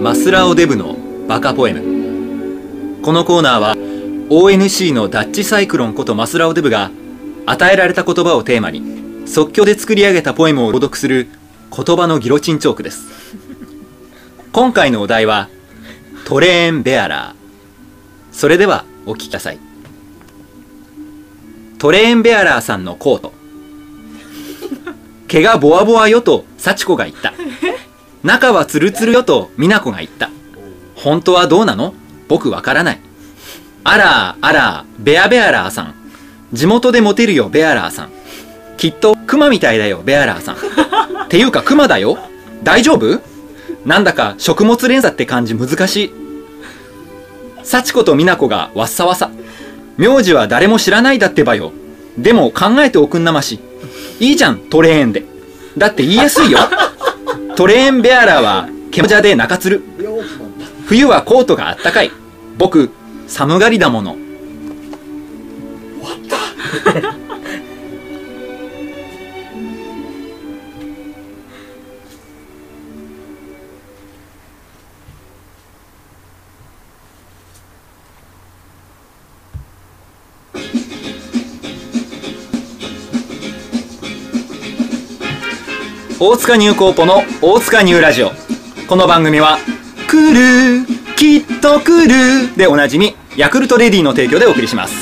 マスラオデブのバカポエムこのコーナーは ONC のダッチサイクロンことマスラオデブが与えられた言葉をテーマに即興で作り上げたポエムを朗読する言葉のギロチンチョークです今回のお題はトレーンベアラーそれではお聞きくださいトレーンベアラーさんのコート 毛がボワボワよと幸子が言った中はツルツルよと美奈子が言った本当はどうなの僕わからないあらあらベアベアラーさん地元でモテるよベアラーさんきっとクマみたいだよベアラーさんていうかクマだよ大丈夫なんだか食物連鎖って感じ難しい幸子と美奈子がわっさわさ名字は誰も知らないだってばよでも考えておくんなましいいじゃんトレーンでだって言いやすいよトレーンベアラーは煙者で中つる冬はコートがあったかい僕寒がりだもの大塚ニューコーポの大塚ニューラジオこの番組は「来るきっと来る」でおなじみヤクルトレディの提供でお送りします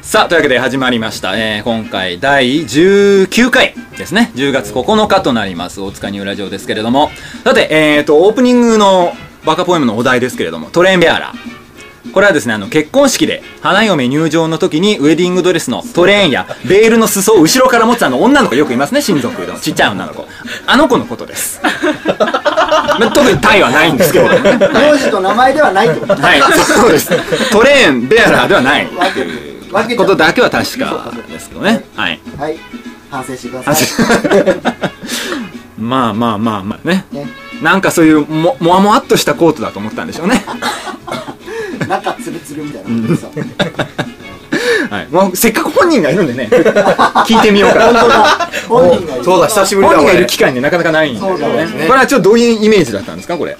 さあというわけで始まりました、えー今回第19回ですね10月9日となります大塚ニューラジオですけれどもさてえー、とオープニングのバカポエムのお題ですけれどもトレインベアラーこれはですねあの結婚式で花嫁入場の時にウェディングドレスのトレーンやベールの裾を後ろから持つあの女の子よくいますね親族のちっちゃい女の子あの子のことです、 まあ特にタイはないんですけどね名字と名前ではないってことはいそうですトレーンベアラーではない分けて分けちゃこうとだけは確かですけどねはいはい反省してくださあいち まあまあまあまあね ねなんかそういうももわもわっとしたコートだと思ったんでしょ うね中ツルツルみたいなそうはい、もうせっかく本人がいるんでね 聞いてみようかな本人がいるそうだ、久しぶり本だ人こがいるれ。期間になかなかないんでそうだねこれはちょっとどういうイメージだったんですかこれ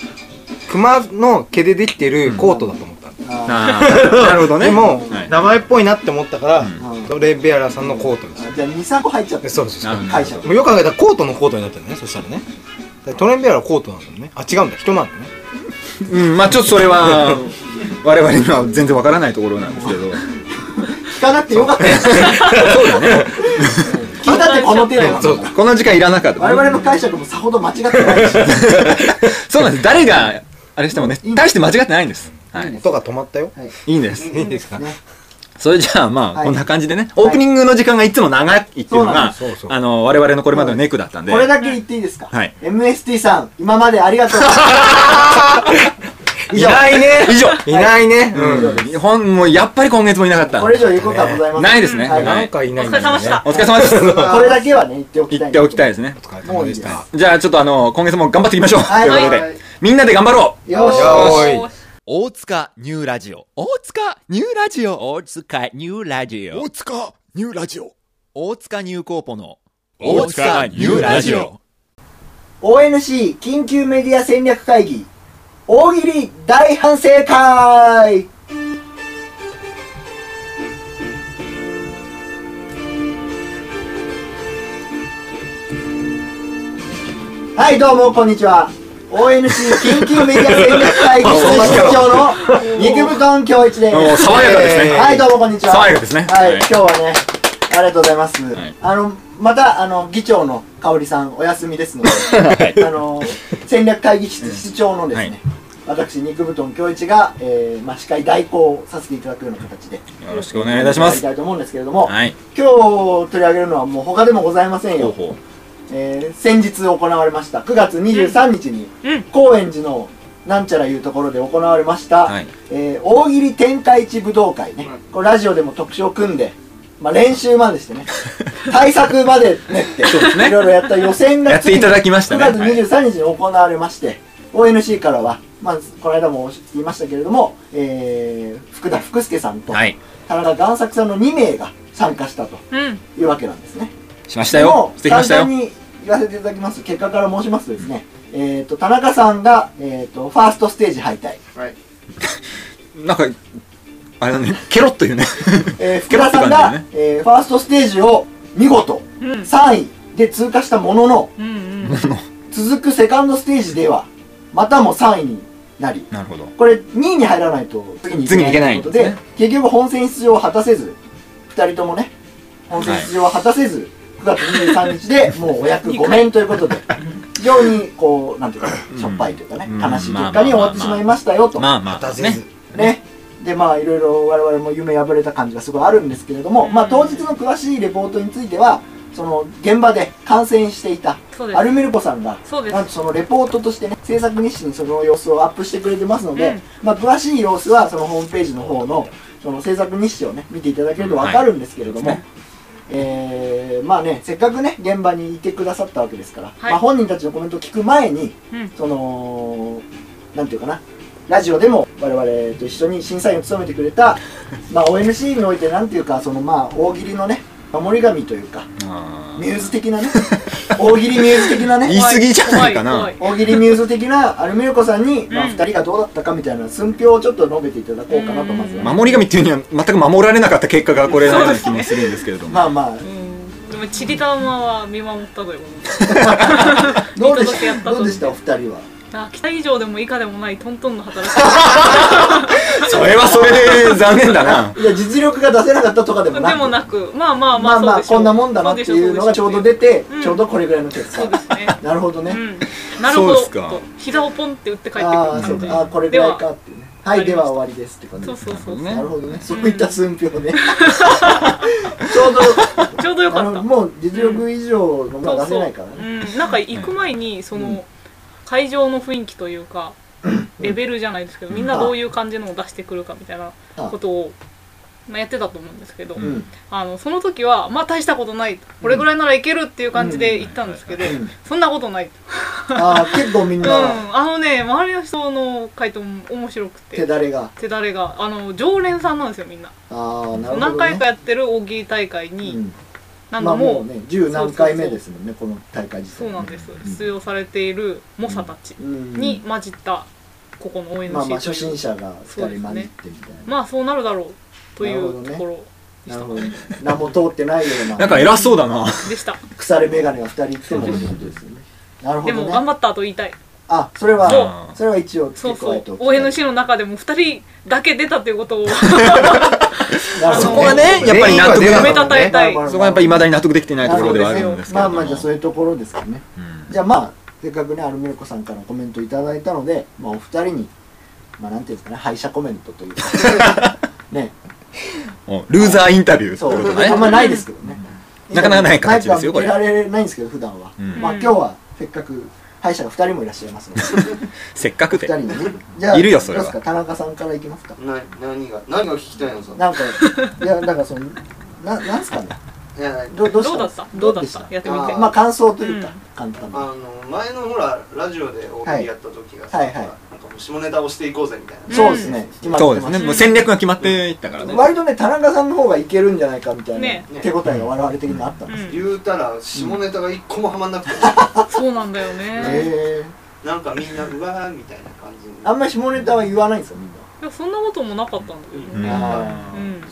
熊の毛でできてるコートだと思った。ああーなるほどねでもはい、名前っぽいなって思ったからん、トレベアラさんのコートにし。ーじゃあ23個入っちゃったてそうそうなるそうほ。ど会社もうよく考えたらコートのコートになってるね、そしたらね。でトレベアラはコートなんだもんね。あ、違うんだ、人なんだね。 うんまあちょっとそれ は我々には全然わからないところなんですけど聞かなくてよかったよそうだね聞いたってこの程度なんだそうこの時間いらなかった我々の解釈もさほど間違ってないし そうなんです誰があれしてもね大して間違ってないんです、はい、音が止まったよ。はいいいんですいいですかねそれじゃあまあ、はいこんな感じでねオープニングの時間がいつも長いっていうのはがいそうなんですそうそうあの我々のこれまでのネックだったんでこれだけ言っていいですかはい MST さん今までありがとういないね。以上いないね。以上うで日本もやっぱり今月もいなかったこれ以上言うことはございませんないですねはん。いなんかいないんだよね。お疲れ様でしたお疲れ様ですこれだけはね言っておきた言いっておきたいですねお疲れ様でした。じゃあちょっとあの今月も頑張っていきましょう、はいということで、はいみんなで頑張ろうよーしよーい。大塚ニューラジオ大塚ニューラジオ大塚ニューラジオ大塚ニューラジオ大塚ニューコーポの大塚ニューラジオ ONC 緊急メディア戦略会議大喜利大反省会はいどうもこんにちは ONC 緊急メディア戦略 会議室室長の肉布団恭一でおーす爽やかですね、えーはいどうもこんにちは爽やかですねはい、はい今日はねありがとうございます、はいあのまたあの議長の香織さんお休みですのであの戦略会議室室長のですね、はい私肉布団恭一が、えーまあ、司会代行させていただくような形でよろしくお願いいたしまやりすたいと思うんですけれども、はい今日取り上げるのはもう他でもございませんよ、ほえー先日行われました9月23日に、うん高円寺のなんちゃらいうところで行われました、はいえー大喜利天下一武道会ね、これラジオでも特集を組んで、まあ、練習までし てね対策まで練ってそうですねいろいろやった予選がやっていただきましたね9月23日に行われまして、ONC からは、まあ、この間も言いましたけれども、えー福田福助さんと、はい田中贋作さんの2名が参加したとうん。いうわけなんですね。しましたよもしてきましたよ簡単に言わせていただきます結果から申しますとですね、えー、と田中さんが、えー、とファーストステージ敗退、なんか、あれだね、 ケロッというね。えー、福田さんケロっが、て感えーファーストステージを見事うん3位で通過したもののうんうん続くセカンドステージではまたも3位になりなるほど。これ2位に入らないと次に次に行けないんとでいうことすでね結局本戦出場を果たせず2人ともね本戦出場を果たせず、9月23日でもうお役御免ということで非常にこうなんていうかしょっぱいというかね、うん悲しい結果に終わってしまいましたよと、まあまあ、立てねず。ねでまあいろいろ我々も夢破れた感じがすごいあるんですけれども、まあ、当日の詳しいレポートについてはその現場で観戦していたそうですアルミルコさんがそうですなんとそのレポートとしてね制作日誌にその様子をアップしてくれてますので、うんまあ、詳しい様子はそのホームページの方のその制作日誌をね見ていただけると分かるんですけれども、はいえーまあねせっかくね現場にいてくださったわけですから、はいまあ、本人たちのコメントを聞く前に、うんそのなんていうかなラジオでも我々と一緒に審査員を務めてくれた、まあ、ONC においてなんていうかそのまあ大喜利のね守り神というかあミューズ的なね大喜利ミューズ的なね言い過ぎじゃないかな怖い怖い大喜利ミューズ的なアルミルコさんに、まあ、うん2人がどうだったかみたいな寸評をちょっと述べていただこうかなとまずはー守り神っていうには全く守られなかった結果がこれなような気もするんですけれども。まあまあうんでもチリタウマは見守ったということでどうでし見届けやったたとどうでしたお二人は あ期待以上でも以下でもないトントンの働きそれはそれで残念だ な。いや実力が出せなかったとかでも なでくもなくまあまあままああまあこんなもんだなっていうのがちょうど出てうんちょうどこれぐらいの結そう果ですねなるほどね、うんなるそほうどですかと膝をポンって打って帰ってくるああーそう感じかあーこれぐらいかっていうねはいでではは終わりですって感じそうそうそうななるるほどねそういった寸評ねちょうど ちょうどよあかったのもう実力以上のものはそう出せそうないからねうん、なんか行く前にその、会場の雰囲気というかレベルじゃないですけどみんなどういう感じのを出してくるかみたいなことを、まあ、やってたと思うんですけど、うんあのその時はまあ大したことないこれぐらいならいけるっていう感じで行ったんですけど、うんそんなことない、ああ結構みんうん、なあのね周りの人の回答も面白く手てだれが手だれがあの常連さんなんですよみんなああなるほどね何回かやってる大喜利大会に、うんなんまかあもう,、もうね十何回目ですもんねこの大会自体そうなんです出場されている猛者たちうんに混じったここの ONC という、まあまあ初心者が2人混じってみたいなまあそうなるだろうというところなでしるた,、ほどね何も通ってないよう ななんか偉そうだな。でした腐れ眼鏡が2人いってもってことですよねなるほでども頑ね張ったと言いたいあそれはそうそれは一応そ付け加うそえうておきたい ONC の中でも2人だけ出たということをなるほどそこはねやっぱり納得褒めたたえなたいるほどそこはやっぱり未だに納得できてないところではあなるほんどですけれまあども。まあじゃあそういうところですかねうんじゃあまあせっかくねアルミルコさんからコメントいただいたので、まあ、お二人にまあなんていうんですかね敗者コメントというか ねおルーザーインタビューってそこうとあだんまね。ないですけどねなかなかない形ですよこれ見られないんですけど普段は、うんまあ今日はせっかく敗者が二人もいらっしゃいますので せっかく二で。人にねじゃあいるよそれはどうですか田中さんからいきますかな何が何が聞きたいのさなんかいやなんかそのななんすかねいやどどうしどうだったどうだったやってみてまあ感想というか、うん簡単なあの前のほらラジオで大喜利やった時がさ、はいはいはいなんかもう下ネタをしていこうぜみたいな、そうですね決まそうっでてすまね。すもう戦略が決まっていったからね。割とね田中さんの方がいけるんじゃないかみたいな、ね手応えが我々的にあったんです、うん言うたら下ネタが一個もはまんなくて、そうなんだよへねえなんかみんなうわーみたいな感じにあんまり下ネタは言わないんですよみんな、いやそんなこともなかったんだけどうんねあうあん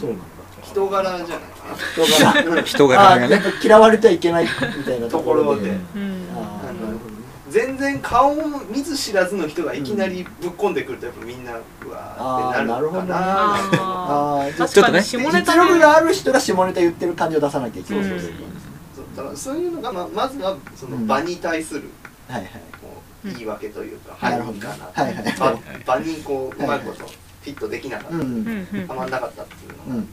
そうなんだ人柄じゃないかな人柄人あ柄がーやっね。ぱ嫌われてはいけないみたいなととこころろでで、うんああなるほどね全然顔を見ず知らずの人がいきなりぶっこんでくるとやっぱみんなうわーってなるのかなあーみたいなあああ確かにち下ょネ実タね力がある人が下ネタ言ってる感じを出さなきゃいけない、うんそうそうそうだからそういうのがままずはそのうん場に対するはいはいこう言い訳というか、うんはいいいかななるほどねばはい場にこううはまいいことフィットできなかっうた、うんんうんはまんなかったっていううのがん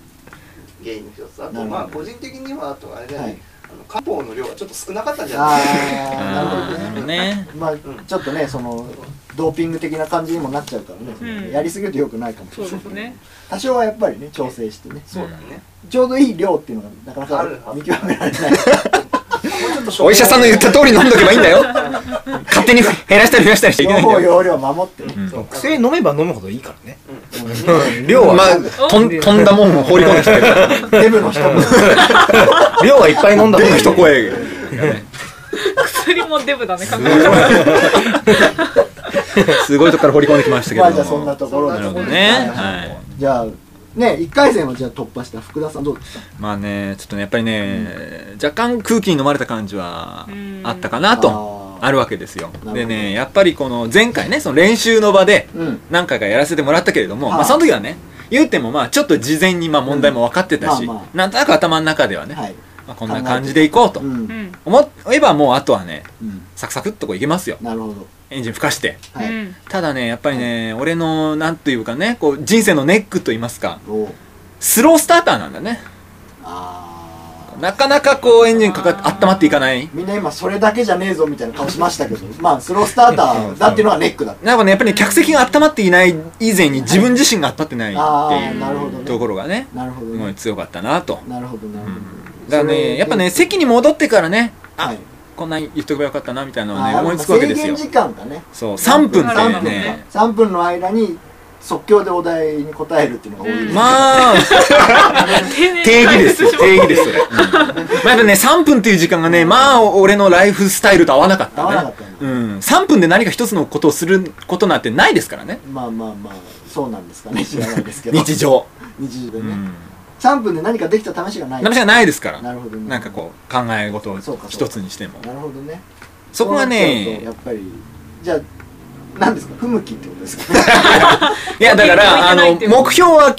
原因の一つあなるとほどまあ個人的にはあとあれだよはね、いあの漢方の量がちょっと少なかったんじゃあないあなるほどねあーね。まあちょっとねそのドーピング的な感じにもなっちゃうからね、うんやりすぎると良くないかもしそれうなでいすね多少はやっぱりね調整してねそうだね、ちょうどいい量っていうのがなかあなるか見極められないお医者さんの言った通り飲んどけばいいんだよ。勝手に減らしたり増やしたりしちゃいけないん両だ方よ。容量守ってね、うん薬飲めば飲むほどいいからね。量は、まあ、とん飛んだもんを放り込んできて るから。デブの人も量はいっぱい飲んだ方がいい。一声。薬もデブだね考えたらうん すごいとこから掘り込んできましたけまどもあじゃあそんなところなでるほどはねいはいじゃあね1回戦はじゃあ突破した福田さんどうですかまあねちょっとねやっぱりね、若干空気に飲まれた感じはうんあったかなとあーあるわけですよほどでねやっぱりこの前回ねその練習の場でうん何回かやらせてもらったけれども、はいまあその時はね言ってもまあちょっと事前にまあ問題も分かってたし、うんまあまなんとなく頭の中ではね、はいまあ、こんな感じでいこうとうんうん思えばもうあとはねうんサクサクっとこういけますよなるほどエンジン吹かしてはういんただねやっぱりね、俺のなんというかねこう人生のネックと言いますかおうスロースターターなんだねあーなかなかこうエンジンかかって温まっていかないみんな今それだけじゃねえぞみたいな顔しましたけど まあスロースターターだっていうのがネックだなんかねやっぱり、ね、客席が温まっていない以前に自分自身が温まってないあってあなるほどいうねところがねなるほどすごいね強かったなとなるほどなるほどだからねやっぱね席に戻ってからねあ、はいこんなん言っとけばよかったなみたいなのをねあー思いつくわけです制よ限時間がねそう3分ってなるねほどね3分の間に即興でお題に答えるっていうのが多いですまあ丁寧に定義解です 説よします定義ですそれ、うんまあやっぱね3分っていう時間がねまあ俺のライフスタイルと合わなかっ合わたなかねったねうん、3分で何か一つのことをすることなんてないですからねまあまあまあそうなんです かね知らないですけど日常、日常でうねん、 3分で何かできた試しがない話がないですからなるほどねなんかこう考え事をそうかそうか一つにしてもなるほどねそこがそうなっちゃねうとやっぱりじゃあ何ですか不向きってことですかいやだか向らいてあないのっていうこと目標は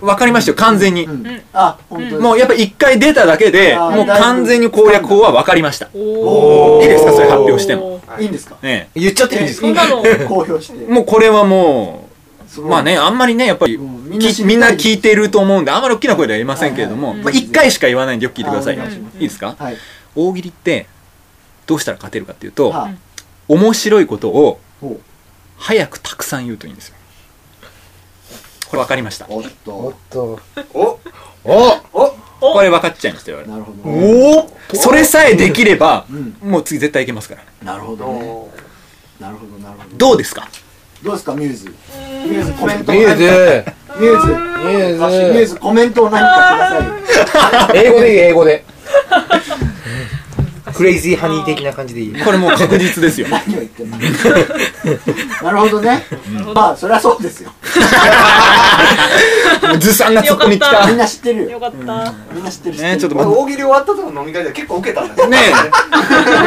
分かりましたよ完全に、うんんあ本当ですもうやっぱ一回出ただけであーもう完全に攻略法は分かりましたおーいいですかそれ発表してもいいんですかね言っちゃっていいんですそんなの公表してえもうこれはもすうごいまあねあんまりねやっぱりうんみんきな知りたいみんな聞いてると思うんであんまり大きな声では言いませんけれどもはいまはあい一回しか言わないんでよく聞いてくださいよあおい願いしますいですかはい大喜利ってどうしたら勝てるかっていうとはあ面白いことをほう早くたくさん言うといいんですよこれ分かりましたおっととおおおこれ分かっちゃいましたよなるほどねおおそれさえできればうんもう次絶対いけますからなるほどねおなるほどなるほどどうですかどうですかミューズミューズコメント見えてミューズ見えミューてズコメントを何かください英語でいい英語でクレイジーハニー的な感じ でいいこれもう確実ですよ 何を言ってんの なるほどねまあそりゃそうですよずさんなツッコミ来よかたみっんな知ってるよよかったみんな知ってる知ってねるちょっとこれ待大喜利終わった後の飲み会では結構受けたんだってね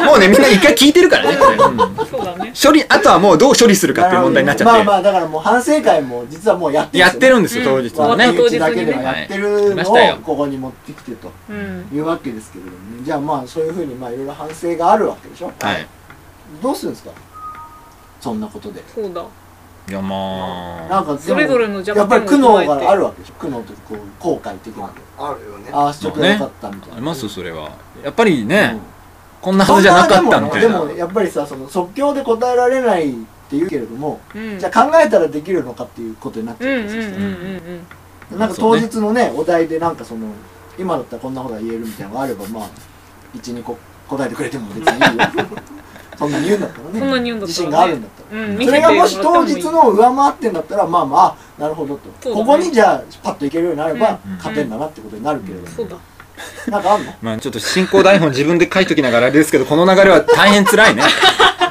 えもうねみんな一回聞いてるからねこれうんそうだね処理あとはもうどう処理するかっていう問題になっちゃまあっまてあだからもう反省会も実はもうやってやってるんですうよん当日まのあ終わねった身内だけではやってるのはい来ましたよをここに持ってきてとうんいうわけですけれどもねじゃあまあそういうふうにまあいろいろ反省があるわけでしょはいどうするんですかそんなことでそうだいやまなあんかでもそれぞれの弱点をやっぱり苦捉え悩てがあるわけでしょ苦悩というかこう後悔的なあるよねああしとけばよかったみたいなありますそれはやっぱりうねんこんなはずじゃなかったみそたんいでなもねでもやっぱりさその即興で答えられないって言うけれども、うんじゃあ考えたらできるのかっていうことになっちうんゃううんんでうすんよ、うんなんか当日のねお題でなんかその今だったらこんなことが言えるみたいなのがあればまあ12個答えてくれても別にいいよ そんなに言うんだったらねそんなに言うんだ自った信があらねるんだったら。うんうん見そせれてがももらってしも当いい日のを上回ってんだったらまあまああなるほどと、そうだねここにじゃあパッといけるようになればうん勝てんだなってことになるけれども、そうだなんかあんのまあちょっと進行台本 自分で書いときながらあれですけどこの流れは大変辛いね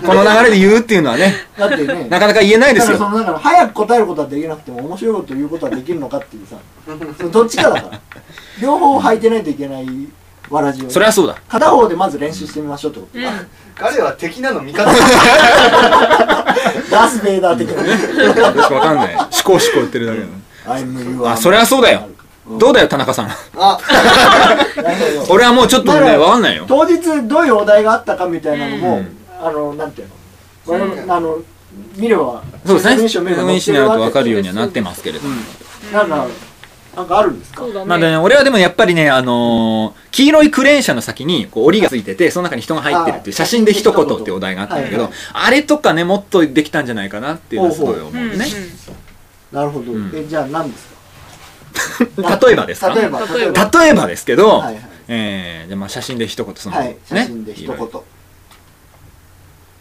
この流れで言うっていうのはね だってねなかなか言えないでだすからよそのだから早く答えることはできなくても面白いこと言うことはできるのかってい うさそのどっちかだから両方履いてないといけないわらじをねそれはそうだ片方でまず練習してみましょうってこと、うん彼は敵なの味方ダース・ベイダー的な ねよくわかんない思考思考言ってるだけだ「I'm you あそれはそうだよどうだよ田中さんなるほど俺はもうちょっとねなるほどわかんないよ当日どういうお題があったかみたいなのも、うんあのなんていうのこれもあの見ればそうですね証明書確見れば認載ってしないるとわわけかるようにはなってますけれどもなんかなんかあるんですかそうだねまあね、俺はでもやっぱりね、あのー黄色いクレーン車の先にこう檻がついてて、その中に人が入ってるっていう写真で一言ってお題があったんだけど、はいあれとかね、もっとできたんじゃないかなっていうのはすごい思ううんうんね。なるほど、うんえじゃあ何ですか例えばですか例えば例えば例えばですけど、はいはいえーじゃあまあ写真で一言その、はい、写真でね一いろいろ言。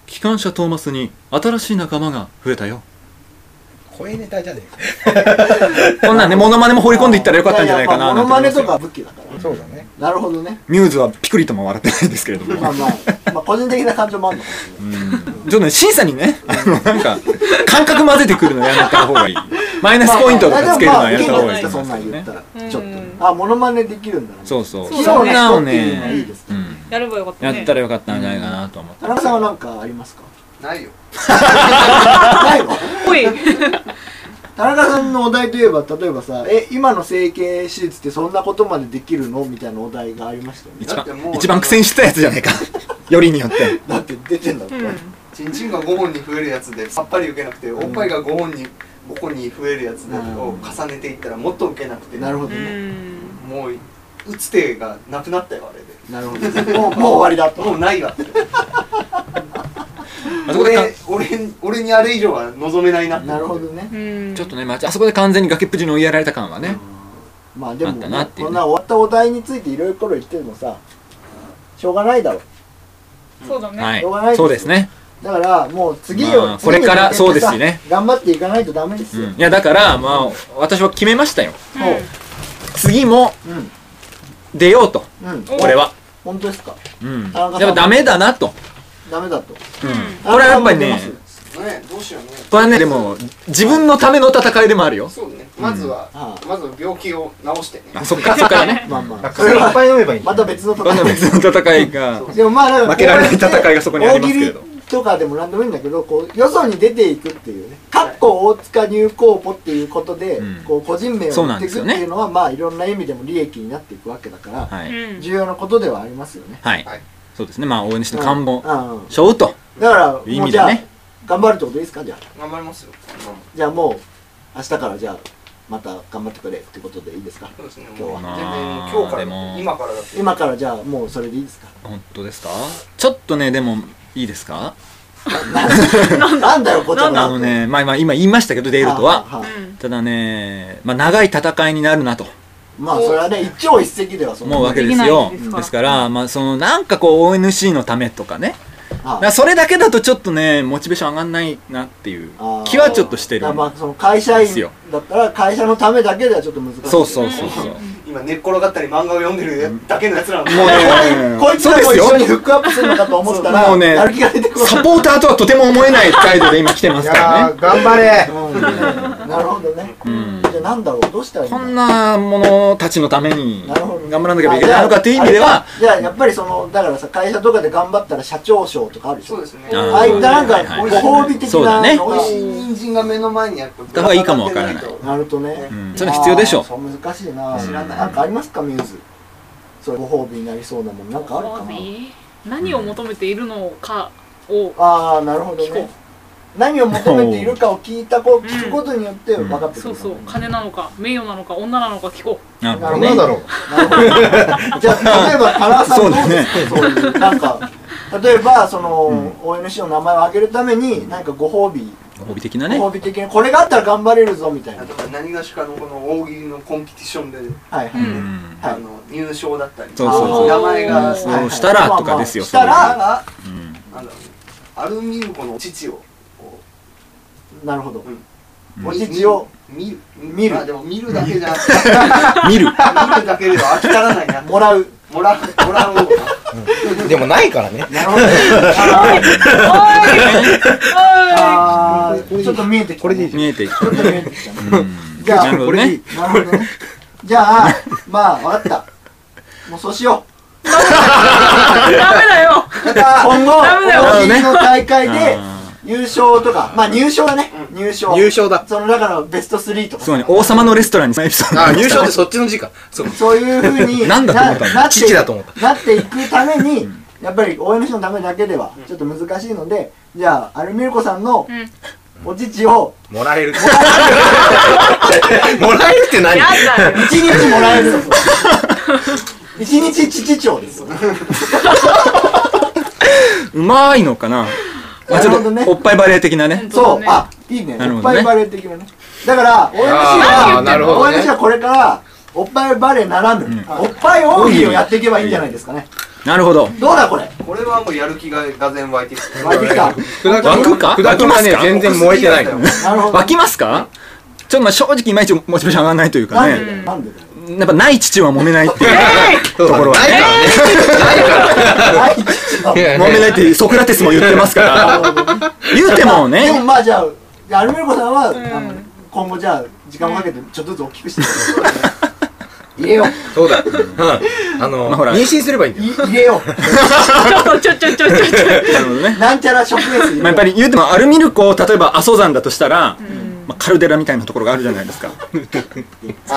機関車トーマスに新しい仲間が増えたよ。声ネタじゃねこんなんね、モノマネも放り込んでいったらよかったんじゃないかなややまあモノマネなとんかて武器だから。そうだねなるほどね。ミューズはピクリとも笑ってないですけれどまあも。まあ、まあ個人的な感情もあるのかもしれない。ちょっとね、審査にね、あの、なんか、感覚混ぜてくるのやめた方がいい。マイナスポイントとかつけるのはやめた方がいいとまあ思まあいでもまあいいますね。じゃないですかそんなん言ったら。ちょっとねうん。あ、モノマネできるんだな。そうそう。そうそだんねなをそういうのがいいねで、すうねん。やればよかったねやったらよかったんじゃないかなと思って田。中さんは何かありますかないよないのおい田中さんのお題といえば、例えばさ、え、今の整形手術ってそんなことまでできるのみたいなお題がありましたよね。一だっても番う、一番苦戦してたやつじゃないか。よりによって。だって出てんだもん。チンチンが5本に増えるやつでさっぱり受けなくておっぱいが5本に5個に増えるやつでうんを重ねていったらもっと受けなくてなるほどうね。んもう打つ手がなくなったよあれなでるほどね。もう、もう終わりだと。もうないわってあそこでか俺俺俺にあれ以上は望めないなってなるほどね。うんちょっとね、まああそこで完全に崖っぷちに追いやられた感はね。まあでも、あったなっていうねこんな終わったお題についていろいろ頃言ってるのさ、しょうがないだろ。そうだね、はしょうがないでい。すそようですね。だから、もう次まを、あこれから次に向けてさそうですね。頑張っていかないとダメですうよ。んいや、だから、まあ、私は決めましたよ。うも次もうん、出ようと。うん、うん。俺は。本当ですかうん。田や中っさんぱダメだなと。ダメだうと。ん。これはやっぱり田ね中さ、んも出ますねどうしようねこれはね、でも、自分のための戦いでもあるよ。そうねまずは、うまずは病気を治してねあ、そっ か、そっからね。 まあまあ、そ薬れいっはぱい飲めばいいまた別のこんな戦い。別の戦いが。でもまあ、負けられない戦いがそこにありますけれど大喜利とかでもなんでもいいんだけど、こう、よそに出ていくっていうね。かっこ大塚入高ポっていうことでうん、こう、個人名をそう持なんってですいくよっねていうのは、まあ、いろんな意味でも利益になっていくわけだから、はうい。ん重要なことではありますよね。はい。そうですね。まあ、応援して看板。うんうん。しょうと。だから、もいい意う味じでゃあね、頑張るってことでいいですかじゃあ。頑張りますよじゃあもう、明日からじゃあ、また頑張ってくれってことでいいですかそうですね今日はもう全まあ然今日かでもら今からだって今からじゃあ、もうそれでいいですか本当ですかちょっとね、でも、いいですかなんだよ、こっちあのね、まあまあ今言いましたけど、デイルとは。ただね、まあ長い戦いになるなとまあそれはね一朝一夕ではそんな思うわけですよ。でできないですすからから、まあそのなんかこう ONC のためとかね。だあからそれだけだとちょっとね、モチベーション上がんないなっていうあー気はちょっとしてだるか。らまあその会社ですよ員だったら会社のためだけではちょっと難しいそうそうそうそう。今寝っ転がったり漫画を読んでるだけのやつらなのもうね、こいつそうらでもす一よ緒にフックアップするのかと思ったそらうもうねやる気が出てこないサポーターとはとても思えない態度で今来てまいすかやらーね。頑張れうんなるほどねうんじゃあなんだろうどうしたらいいんだころうんな者たちのためになるほどね頑張らなければいけないのかっていう意味ではあ、じゃあやっぱりそのだからさ会社とかで頑張ったら社長賞とかあるでしょそうですねあーああいったなんはいはいかご褒美的そうだねなの美が味しい人参が目の前にやっぱだからいいかもわからないなるとねうんそれは必要でしょあーそう難しいな知らないなんかありますかミューズそうご褒美になりそうなもんなんかあるかな何を求めているのかをああなるほど聞ねこ何を求めているかを聞いたこ聞うくんことによって分かってくそるうそう金なのか名誉なのか女なのか聞こ、なるほどなんね。だろうなるほどじゃ あ例えば田中さんどうですかそういうなんか例えばその ONC の名前を挙げるために何かご褒美褒美的なねご。褒美的なこれがあったら頑張れるぞみたいなだから何がしかのこの大喜利のコンペティションで、はいうはう、いうんんはいあの入賞だったりそうそうそう名前が、うんあはいそはういしたらとかですよ。まあまそあうがいうのうんなんだろうねアルミルコの父をこなるほどうお乳を見る見るまあでも見るだけじゃ見る。見るだけでは飽き足らないなもらうもらうもらうのかでもないから ねなる ほどあーおいあーちょっと見えてきたねこれでいいじ見えてきちょたっとね。見えてきたねうんじゃあなるほどこれいねい。なるほどね。じゃあ、まあ、わかった。もうそうしよう。おいダメだ よ今後、ダメだよ大喜利の大会であ優勝とか、まあ入賞はね、入賞。優勝だその、だからベスト3とーかそうね、王様のレストランにそのエピソードあー優勝ってそっちの字かそうそういうふうになんだと思ったのななっていく父だと思ったなっていくために、やっぱり応援の人のためだけではちょっと難しいので、じゃあ、アルミルコさんのうんお乳をもらえる もらえるって何やだよ1日もらえる。1日父長です。うまいのかなまあちょなるほどっねと、おっぱいバレー的なね。そそううだね、あ、いいね。なるほおっどねぱいバレー的なね。だから、ONC あーなるは、ほどね ONC はこれから、おっぱいバレーならぬ、おっぱい大喜利をやっていけばいいんじゃないですかね。なるほど。どうだこれ。これはもうやる気ががぜん湧いてきて湧いてきた。砕湧くか砕きは湧きますねか全然燃えてない湧くなるほど。湧きますかちょっとまあ正直いまいちモチベーション上がらないというかなんでね。だよ、なんでだよ。やっぱない父は揉めないっていうところはないからねない父 は。や揉めないってソクラテスも言ってますから言うてもねでもまあじゃあ、アルメルコさんは、あんの今後じゃあ、時間をかけてちょっとずつ大きくして入れよう。そうだうんあのまあほら妊娠すればいいんだよい入れよう。ちょっとちょちょちょちょちなるほどねなんちゃら食塩水入れよう。まあやっぱり言うてもアルミルクを例えば阿蘇山だとしたら、まあ、カルデラみたいなところがあるじゃないですか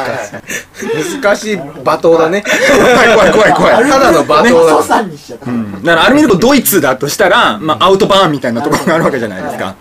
難しい罵倒だね怖い怖い怖い怖い、ただの罵倒そうださんにしちゃった。うんだからアルミルクドイツだとしたら、まあ、アウトバーンみたいなところがあるわけじゃないですか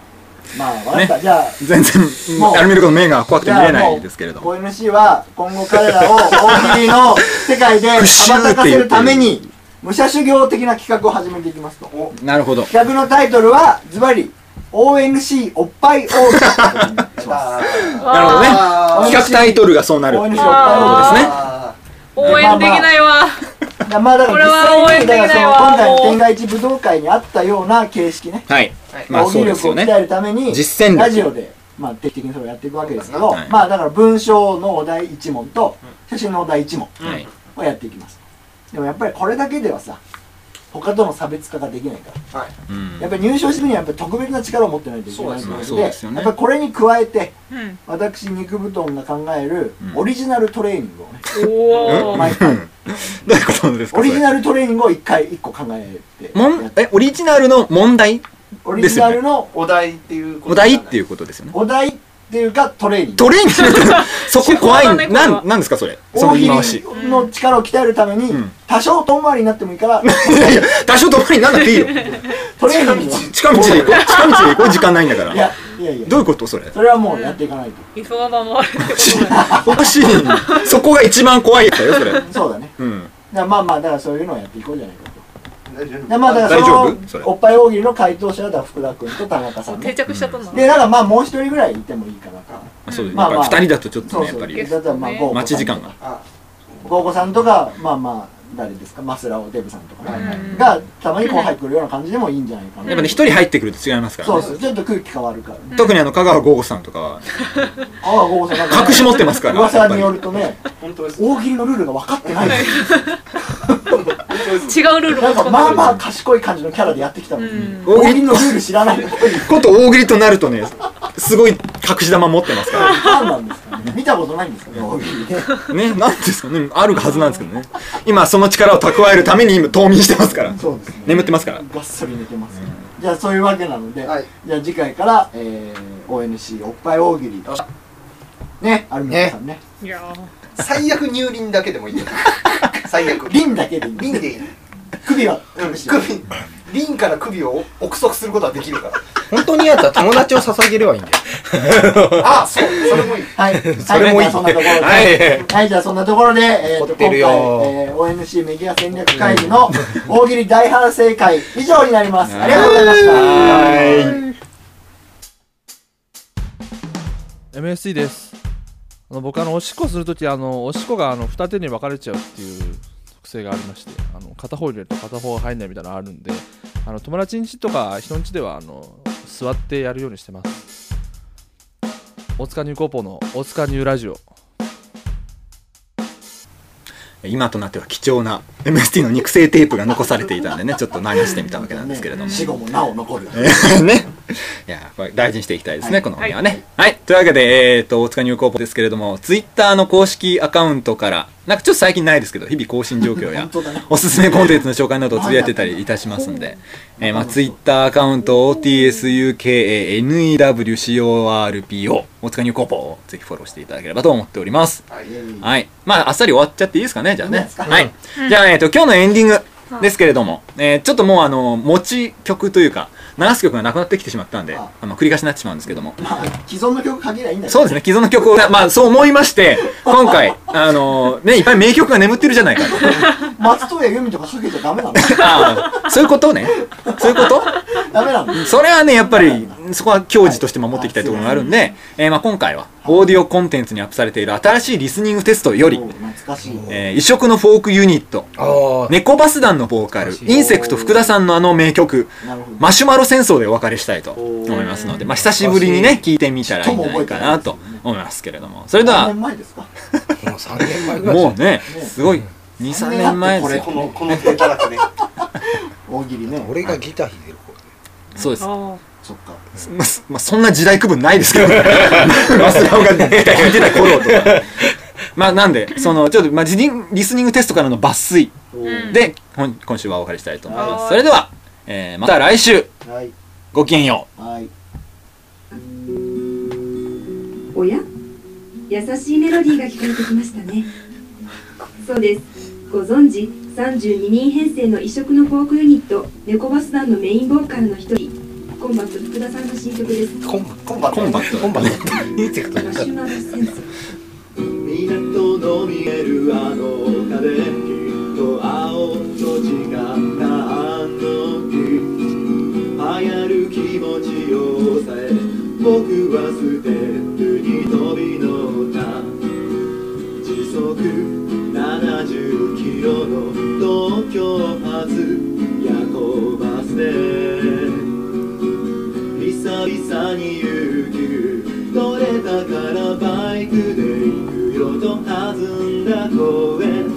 まあ、わかった。じゃあ、全然もうアルミルクの目が怖くてじゃ見あれないですけれどももう ONC は今後彼らを大喜利の世 界で羽ばたかせるために武者修行的な企画を始めていきますとなるほど企画のタイトルはズバリ ONC おっぱい大喜利ということにしますょ。なるほどねわあー企画タイトルがそうなる ONC おっぱいあ大ー喜利ねーあ応援できないわ。ですねまあだから実際にこれは応援できだかないらそのわ今回の天外一武道会にあったような形式ねはいはいまあ大喜そう利ですよ力をね鍛えるために実践力ラジオでまあ定期的にそれをやっていくわけですけどはいまあだから文章のお題1問と写真のお題1問はいをやっていきますでもやっぱりこれだけではさ他との差別化ができないから、ーはいうんやっぱり入賞するにはやっぱり特別な力を持ってないといけないそうですのねでそうですよねやっぱりこれに加えてうん。私肉布団が考えるうんオリジナルトレーニングをね、おお。毎う回んどういうことですか オリジルナルトレーニングを1回1個考えてもやっんえオリジナルの問題オリジナルのお題っていうことお題っていううことですよねお題っていうかトレーニングトレーニ ングそこ怖手法だねいこれはなんなんですかそれその大言い喜回し利の力を鍛えるために、うん多少遠回りになってもい いからいやいや多少遠回りになんなくていいよトレーニングを近道で行こう近道で 行こう時間ないんだかいやらいやいやどういうことそれそれはもうやっていかないと、急がばもあるってことだね。おかしいそこが一番怖いやつだよそれそうだねうんだからまあまあだからそういうのをやっていこうじゃないかとでとまあだか大丈らそ夫それのおっぱい大喜利の回答者はだから福田君と田中さん 定ね着しちゃったんだ。でなんかまあもう一人ぐらいいてもいいかなとあそうですまあまあ2人だとちょっとそうねやそっぱうりだったらまあ豪待ち時間があ豪子さんとかまあまあ誰ですかマスラオデブさんとかねうんがたまに後輩来るような感じでもいいんじゃないかなやっぱね一人入ってくると違いますからそねうそうちょっと空気変わるからね特にあの香川豪吾さんとかはああ豪子さんなんか隠し持ってますから噂によるとね本当です大喜利のルールが分かってない違うルールなんをかまあまああ。賢い感じのキャラでやってきたのうんに大喜利のルール知らないっぽいこと大喜利となるとねすごい隠し玉持ってますか何なんですかね見たことないんですかね大喜利ねらねなんですかねあるはずなんですけどね今その力を蓄えるために今冬眠してますからそうですね眠ってますからがっそり寝てます、じゃあそういうわけなので、はいじゃあ次回から、えー、ONC おっぱい大喜利ねアルミカさんねいやー。最悪乳輪だけでもいいよ最悪輪輪だけでいい輪でいい首はうん隠して首輪から首を憶測することはできるから本当にやったら友達を捧げればいいんだよあそうそれもいいはい、それもいいはい、じゃあそんなところで、はいはいじゃあそんなところで、えー、凝とっ今て回、るえよー、ONC メディア戦略会議の大喜利大反省会以上になります。ありがとうございました。 MSC ですあの僕あのおしっこするときあのおしっこがあの二手に分かれちゃうっていう特性がありましてあの片方入れると片方入んないみたいなのあるんであの友達ん家とか人ん家ではあの座ってやるようにしてます大塚ニューコーポの大塚ニューラジオ今となっては貴重な MST の肉声テープが残されていたんでねちょっと流してみたわけなんですけれども死後もなお残る。ね。 いや、これ大事にしていきたいですね、この本はね。はい。というわけで、えっ、と、大塚入高校ですけれども、ツイッターの公式アカウントから、なんかちょっと最近ないですけど、日々更新状況や 本、当だね。おすすめコンテンツの紹介などをつぶやいてたりいたしますん で、えーまあ、ツイッターアカウント、OTSUKANEWCORPO、大塚入高校をぜひフォローしていただければと思っております。はい。まあ、あっさり終わっちゃっていいですかね、じゃあいいねです。かはい。じゃあ、えっ、と、今日のエンディングですけれども、えーちょっともう、あの、持ち曲というか、流す曲がなくなってきてしまったんで、ああの繰り返しになってしまうんですけども。まあ既存の曲限りゃいいんだけそどうですね、既存の曲を、まあ、そう思いまして、今回、あの、ね、いっぱい名曲が眠ってるじゃないかと。 松任谷由実とかかけちゃダメなのああ、そういうことね。そういうことダメなんだ。それはねやっぱりそこは教示として守っていきたいところがあるんで、えーまあ、今回はオーディオコンテンツにアップされている新しいリスニングテストよりお、懐かしい。えー異色のフォークユニットあ猫バス団のボーカルインセクト福田さんのあの名曲なるほど。マシュマロ戦争でお別れしたいと思いますので、まあ、久しぶりにね聞いてみたらいいんじゃないかなと思いますけれどもそれで何は年前ですかあもう3年前ぐらいもうねねすごい23年前ですよこのこの手たらくね大喜利ね。俺がギター弾いてる頃そうですあーそっか。まあ、そまあ、そんな時代区分ないですけど、ね、マスラオが聞いてた頃とか。まあ、なんで、その、ちょっと、まあ、リリスニングテストからの抜粋うんで、本今週はお別れしたいと思いまはす。いそれでは、えーまた来週、はいごきげんよう。はい。おや優しいメロディーが聞こえてきましたねそうですご存知32人編成の異色のフォークユニット猫バス団のメインボーカルの一人コンバット福田さんの新曲ですコンバコンバットコンバットコンバットインセクマトシュマロ戦争港の見えるあの丘できっと青の字があの日流行る気持ちを抑え僕はステップに飛び乗った時速70キロの東京発夜行バスで久々に有給取れたからバイクで行くよと弾んだ公園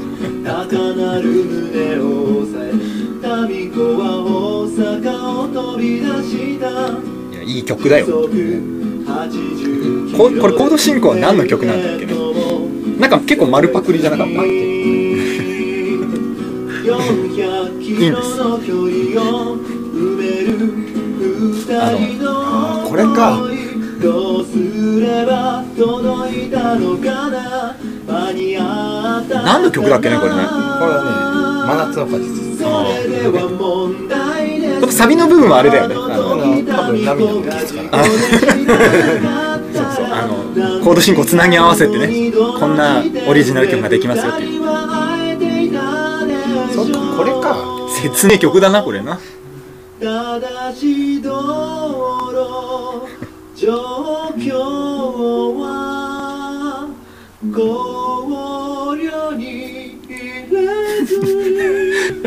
高鳴る胸を押さえ民子は大阪を飛び出したいや、いい曲だよ。ここれコード進行は何の曲なんだっけねなんか結構丸パクリじゃなかった。 400キロの距離を埋める二人のあこれかどうすれば届いたのかな間に合った何の曲だっけねこれねこれはね真夏の果実それでは問題です多分サビの部分はあれだよね。あの、多分涙のキスかなそうそうあのコード進行つなぎ合わせてねこんなオリジナル曲ができますよっていうそっかこれ か説明曲だな、これな。正しい道路状況は考慮に入れず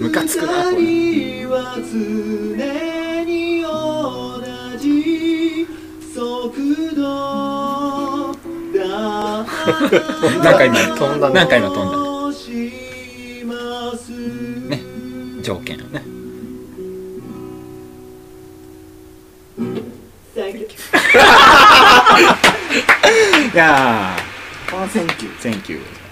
ムカつくな、これ。二人は常に同じ速度だなんか今、飛んだねなんか今飛んだ。とします条件をね。いやこの選挙。ー、Thank you.